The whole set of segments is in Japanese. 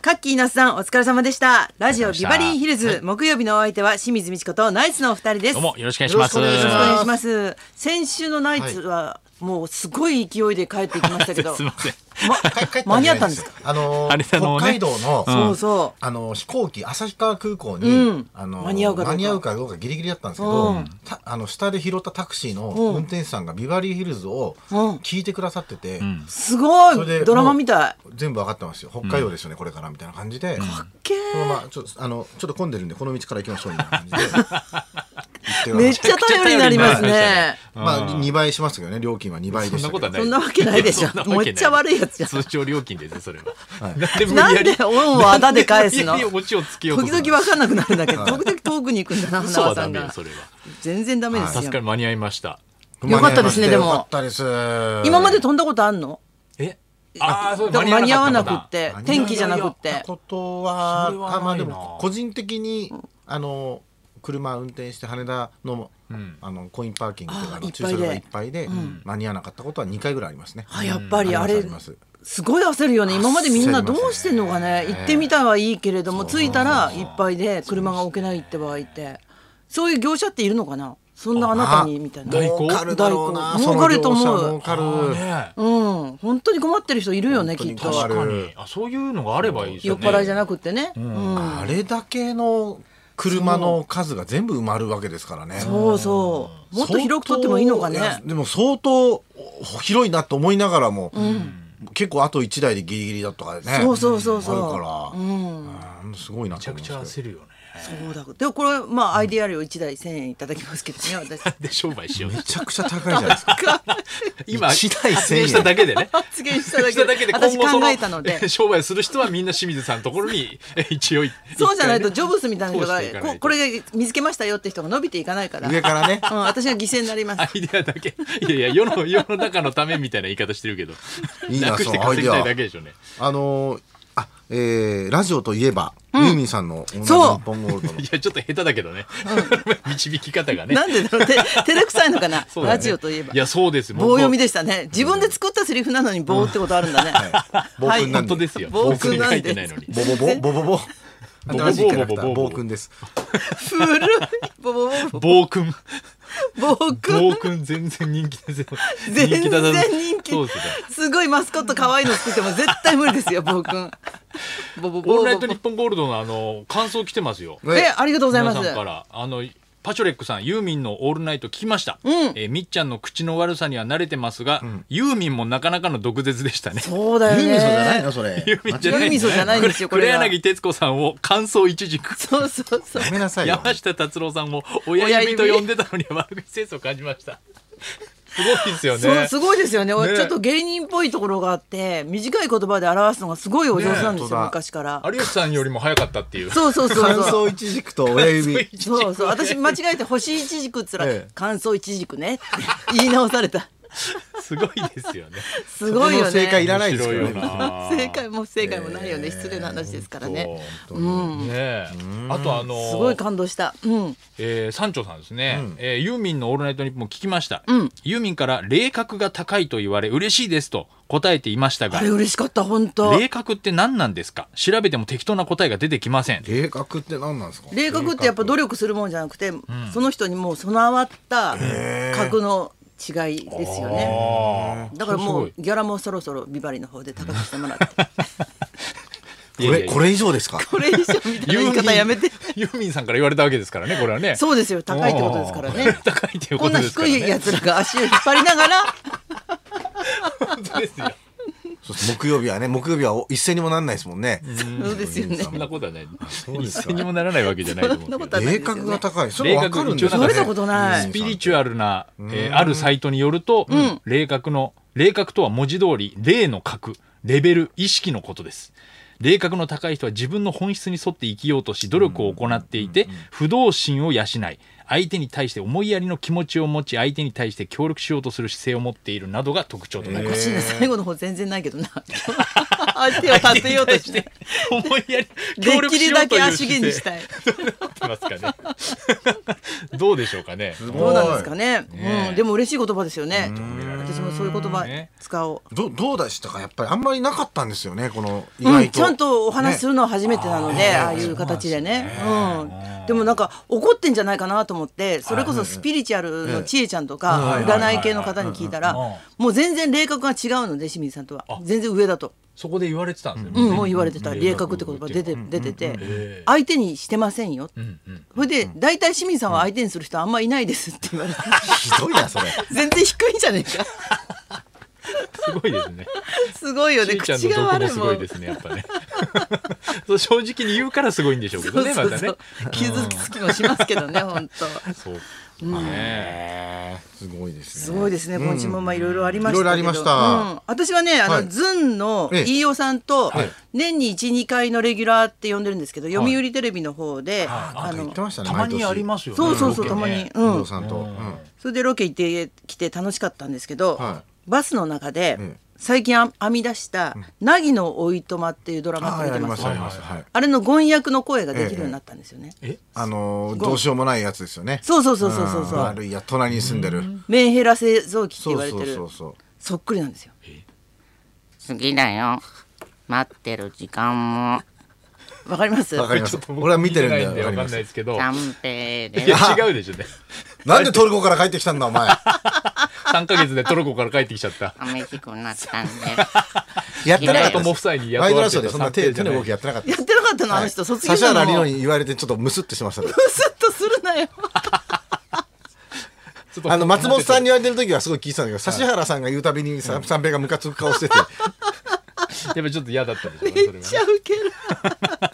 カッキーなすさんお疲れ様でしたラジオおビ疲れ様でしたバリーヒルズ、木曜日のお相手は清水美智子とナイツのお二人ですどうもよろしくお願いします。よろしくよろしくおお願いし願ます先週のナイツはもうすごい勢いで帰ってきましたけど すみません。帰帰間に合ったんですかあのーあれあのね北海道の、んそうそうあのー飛行機旭川空港に、うんあのー間に合うかどうか間に合うかどうかギリギリだったんですけうどんたあの下で拾ったタクシーのうん運転手さんがビバリーヒルズをうん聞いてくださってて、んすごそれいでドラマみたい全部分かってますよ北海道ですよね、これからみたいな感じで、けそのままちょっとあのちょっと混んでるんでこの道から行きましょうみたい な感じで行ってーめっちゃ頼りになりますねまあ2倍しましたけどね料金は2倍でしたけどそんなわけないでしょ そんなわけないめっちゃ悪いやつじゃん通常料金ですよそれは。はいなんで無理なやんりで恩をあだで返すの無理やりオチをつけようと時する々わかんなくなるんだけど時々遠くに行くんだな花嘘は輪さダんメよがそれは。全然ダメですさすよがに間に合いました。よかったですねでもよかったです今まで飛んだことあんのえ、ああそうでも間に合わなくかっったんだて天気じゃなくってことはそれはないなあまあでも個人的にあの車運転して羽田の,、んあのコインパーキングとかあのー駐車場がいいっっぱぱいで、間に合わなかったことは2回ぐらいありますね。あやっぱりうんあれありますありすごい焦るよね今までみんなどうしてんのかね焦りますね行ってみたはいいけれども着いたらいっぱいで車が置けないって場合ってそういう業者っているのかなそんなあなたにみたいな代行儲かるだろうな。代行儲かると思うその業者儲かある。ーねうん本当に困ってる人いるよねきっ本当にと困る確かにあそういうのがあればいいです酔よっね。払いじゃななくってねうんあれだけの車の数が全部埋まるわけですからね。そうそうもっと広く取ってもいいのかね相当いやでも相当広いなと思いながらも、結構あと1台でギリギリだとかねそうそうそうそうあるから、うんすごいめなめちゃくちゃ焦るよね。そうだでもこれまあアイデア料1台1000円いただきますけどね私 で商売しようってめ。ちゃくちゃ高いじゃないですか今一台発明しただけでね。発言した だしただけけでで私今後そ考のえたので 商売する人はみんな清水さんのところにえ一応いそうじゃないと一ジョブスみたいな人が通していかないことこれ見つけましたよって人が伸びていかないから、う上ん、からね私が犠牲になりますアイデアだけいやいや世の世の中のためみたいな言い方してるけどいいななくしてそのアイ稼ぎデアたいだけでしょうねあのーあえーラジオといえば、ユーミンさんの「女の日そう本ゴールドのい」やちょっと下手だけど ね導き方がねなんでだろ うて照れくさいのかな、そうだねラジオといえばいやそうです棒読みででしたね自分で作ったセリフなのに棒ってことあるんだね、暴君なん本当でですよ暴僕君になん書でいてないのにボボボボボボボボボボボ新しいキャラクターボボボ暴君です古い棒棒暴君棒暴く君全然人気ですよ全然人気そうですねすごいマスコット可愛いの作っても絶対無理ですよ棒く んボボオーボルナイト日本ゴールドのあの感想来てますよえありがとうございます皆さんからあのパチョレックさんユーミンの「オールナイト」聞きました、えーみっちゃんの口の悪さには慣れてますが、ユーミンもなかなかの毒舌でしたねそうだよねユーミンさんじゃないのそれユーミンじゃないユーミンそうじゃないんですよこ黒れが柳徹子さんを感想一軸そうそうそうやめなさいよ山下達郎さんを親指と呼んでたのに悪口センスを感じましたすごいですよねそうすごいですよねねちょっと芸人っぽいところがあって短い言葉で表すのがすごいお上手なんですよ、ね本当だ昔から有吉さんよりも早かったっていうそうそうそう感そう想一軸と親指一軸そうそう私間違えて「星一軸」っつらええ「乾燥一軸ね」って言い直されたすごいですよねすごいよねそこの正解いらないですけど面ね白いよな正解も不正解もないよね、失礼な話ですからねそうねえあとあのすごい感動したうんえー、山頂さんですね、えーユーミンの「オールナイトニッポン」聞きました、ユーミンから「霊覚が高い」と言われ嬉しいですと答えていましたがあれ嬉しかった本当霊覚って何なんですか調べても適当な答えが出てきません計画って何なんですか霊覚ってやっぱ努力するもんじゃなくて、その人にもう備わった格の違いですよねあだからもすうギャラもそろそろビバリの方で高くしても らってこれこれ以上ですかこれ以上みたいな言い方やめて。ユーミンさんから言われたわけですからねこれはねそうですよ、高いってことですからおねー。 高いっていうここんとなですか低らいねやつらが足を引っ張りながら、 本当ですよそうそう木曜日はね木曜日はお一斉にもなんないですもんねそうですよね そんなこと はないそうですか一銭にもならないわけじゃないと思うそんなこけとはどない霊ですよね覚が高いそれ分かるんで霊覚一応なんかねす言われたことないスピリチュアルな、えーあるサイトによると、霊覚の霊覚とは文字通り霊の格レベル意識のことです霊覚の高い人は自分の本質に沿って生きようとし努力を行っていて不動心を養い相手に対して思いやりの気持ちを持ち相手に対して協力しようとする姿勢を持っているなどが特徴となりおまか す、しいな、最後の方全然ないけどな。相手を立てようと して、思 いやりできるだけ足毛にしいたい。どうなってますかねど どうでしょうかね。すごいどうなんですかねねえうん、でも嬉しい言葉ですよねん私もそういう言葉使おう、どどうでしたかやっぱりあんまりなかったんですよねこの意うん、外と、ちゃんとお話しするのは初めてなので、ねああいう形でねそううなんんですねでもなんか怒ってんじゃないかなと思ってそれこそスピリチュアルのちえちゃんとかうん占い系の方に聞いたらうんうんうんもう全然霊格が違うので清水さんとは全然上だと、そこで言われてたんですうよ。ん、もう言われてた霊格って言葉出て出てえてえ相手にしてませんようんうんそれで大体清水さんは相手にする人あんまいないですって言われてひどいなそれ全然低いじゃねえかすごいですね。すごいよしねーちゃん口のが毒悪もいすもごいんですね、やっぱね。 そう正直に言うからすごいんでしょうけそどうね、そまうたそねう。傷つきもしますけどね本当そうねすごいですねすごいですね。今週もまあいろいろありましたけど。いろいろありましたうん私はね、あの、はいズンのええ飯尾さんとはい年に一二回のレギュラーって呼んでるんですけど、読売テレビの方で、ああの言っのて、ましたねたまにありますよね。そうそうそうロたケまねに、う伊ん藤。さんと、ううんんそれでロケ行ってきて楽しかったんですけど、はバスの中でええ最近あ編み出した「なぎのおいとま」っていうドラマって見あやてりまますしたありましたはいあれのゴン役の声ができるようになったんですよね。えあのーどうしようもないやつですよねそうそうそうそうそうそんう。悪いや隣に住んでるメンヘラ製造機ってそ言うわれてそうる。そうそうそっくりなんですよ。好きだよ待ってる時間もわかります。わかります俺は見てるんで見てないわわかりかますんないですけど。い三平ですや違うでしょうね。なんでトルコから帰ってきたんだ お前三ヶ月でトルコから帰ってきちゃった。寂しくなったんでやってな長かった友夫妻にワイ雇ドわナれシてョーでたそんな三手平手じゃのない動きやってなかったやってなかったの、あの人、卒業指した原の莉も。乃に言われてちょっとムスってしてましたねスッとするなよ。ちょっとあの松本さんに言われてる時はすごい聞いてたんだけど指原さんが言うたびにさ三平がムカつく顔 してて やっぱちょっと嫌だったんでしょうねそれめっはちゃウケる。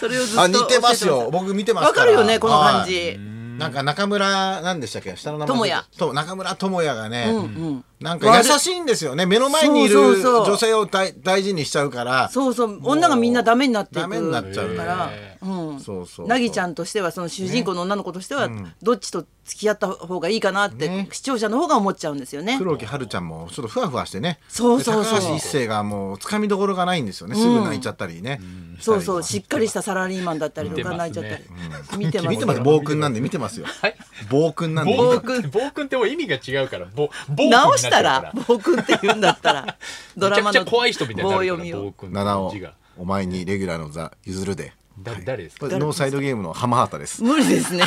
それをずっと。あ似てますよ。僕見てますわかるよね、この感はいじ。なんか中村なんでしたっけ下の名前智也と中村智也がね、うんなんか優しいんですよね目の前にいるそうそうそう女性を大大事にしちゃうからそうそう、もう女がみんなダメになっていく。ダメになっちゃうかからら。うん。そうそうなぎちゃんんとしてはその主人公の女の子としてはどっちと付き合った方がいいかなって、ね視聴者の方が思っちゃうんですよね。黒木春ちゃんもちょっとふわふわしてねそうそうそうで高橋一生がもうつかみどころがないんですよね、すぐ泣いちゃったりね、そうそうししっかりしたサラリーマンだったりとか見て泣まいすちゃったねり見てたりま見すてます暴君なんで見てますよはい暴君なんで暴君君暴君ってもう意味が違うから暴暴君になっ直ちゃしうたからら暴君って言うんだったらドラマの めちゃくちゃ怖い人みたいになるから棒読み暴を君七の尾字がお前にレギュラーの座譲るでだ誰ですかこれノーサイドゲームの浜畑です無理です ね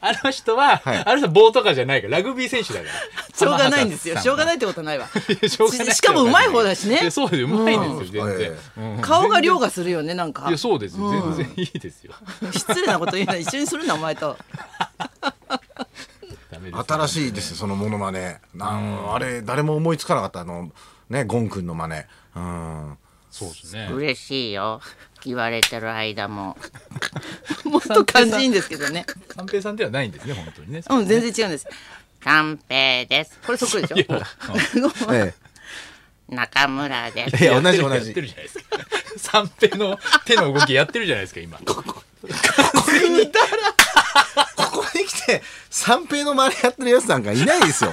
あの人は、はいあの人は棒とかじゃないからラグビー選手だから しょうがないんですよしょうがいないってことないわしょうが ないししかもうまい方だしねいやそうですようまいですよ、うん全然え、うん顔が凌駕するよねなんかいやそうですよ全然いいですよ、失礼なこと言うな一緒にするなお前とダメですよ新しいですよそのモノマネなんあれ誰も思いつかなかったあのねゴン君のマネうんそうですね嬉しいよ言われてる間ももっと感じいいんですけどね 三平さんではないんですね本当にね、うん全然違うんです三平ですこれそっくりでしょごめんえ中村ですえいや同じや同ってじるやってるじゃないですか三平の手の動きやってるじゃないですか今ここに来て三平のマネやってるやつなんかいないですよ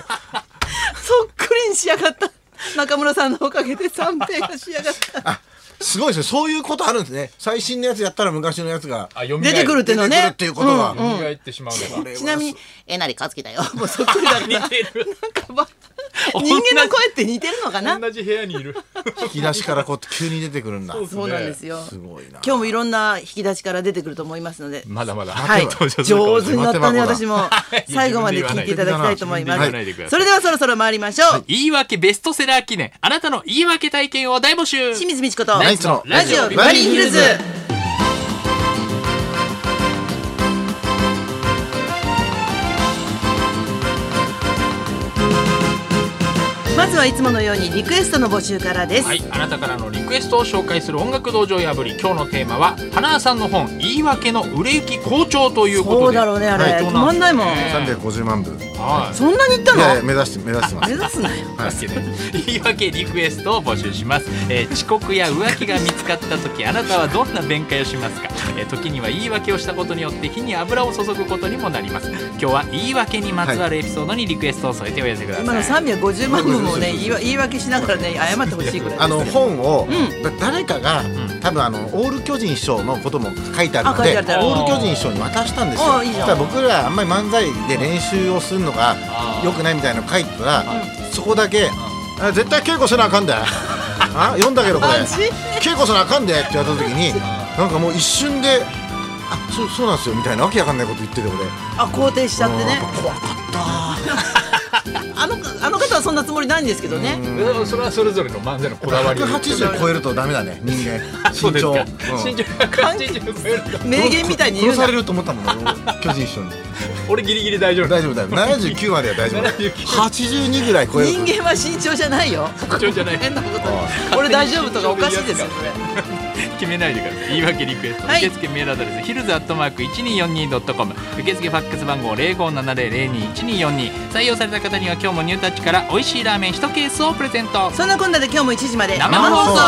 そっくりに仕上がった中村さんのおかげで三平が仕上が ったあすごいですねそういうことあるんですね最新のやつやったら昔のやつがあ蘇る出てくるっての出てくねるっていうことが蘇ってしまうのがちなみにえなりかつきだよもうそっくりだ から似て る人間の声って似てるのかな同じ部屋にいる引き出しからこう急に出てくるんだそうなんですよすごいな今日もいろんな引き出しから出てくると思いますのでまだまだはい、 登場するかも上し手れにないなったね、待って私も。最後まで聞いていただきたいと思います自分で言わないで自分で言わないでくださ。いそれではそろそろ参りましょう。言い訳ベストセラー記念あなたの言い訳体験を大募集清水美智子と、ナイツのラジオビバリーヒルズ。まずはいつものようにリクエストの募集からです。はい、あなたからのリクエストを紹介する音楽道場破り今日のテーマは花さんの本「言い訳の売れ行き好調」ということでそうだろうねあれはい止まんないもん350万部はいそんなに行ったいやいやの目指して目指してます目指すなよ。というわけで言い 訳リクエストを募集します、えー遅刻や浮気が見つかった時あなたはどんな弁解をしますか、えー時には言い訳をしたことによって火に油を注ぐことに もなります今日は言い訳にまつわるエピソードにリクエストを添えてお寄せください、今の350万部もね言いわ言い訳しながらね謝ってほしいぐらいですあの本を、んだ誰かが、多分あのオール巨人師匠のことも書いてあるのあ書いでてあるオール巨人師匠に渡したんですよああいいじゃんただ僕らあんまり漫才で練習をするのがああ良くないみたいなの書いてたら、そこだけ、あ絶対稽古せなあか んであ読んだけどこれマジ稽古せなあかんでって言われた時になんかもう一瞬であそうそうなんですよみたいなわけわかんないこと言ってて俺あ肯定しちゃってねうん怖かった あのあの方はそんなつもりないんですけどねうんそれはそれぞれの漫才のこだわり180超えるとダメだね人間 そう身です長かうん身長180超えると名言みたいに言う殺なされると思ったもん俺巨人師匠に俺ギリギリ大丈夫大丈夫だよ79までは大丈夫だよ79 82ぐらい超える人間は慎重じゃないよ身長じゃない変なこと俺大丈夫とかおかしいですよ決めないでください言い訳リクエスト、はい受付メールアドレスヒルズアットマーク 1242.com 受付ファックス番号0570021242採用された方には今日もニュータッチから美味しいラーメン1ケースをプレゼントそんなこんなで今日も1時まで生放送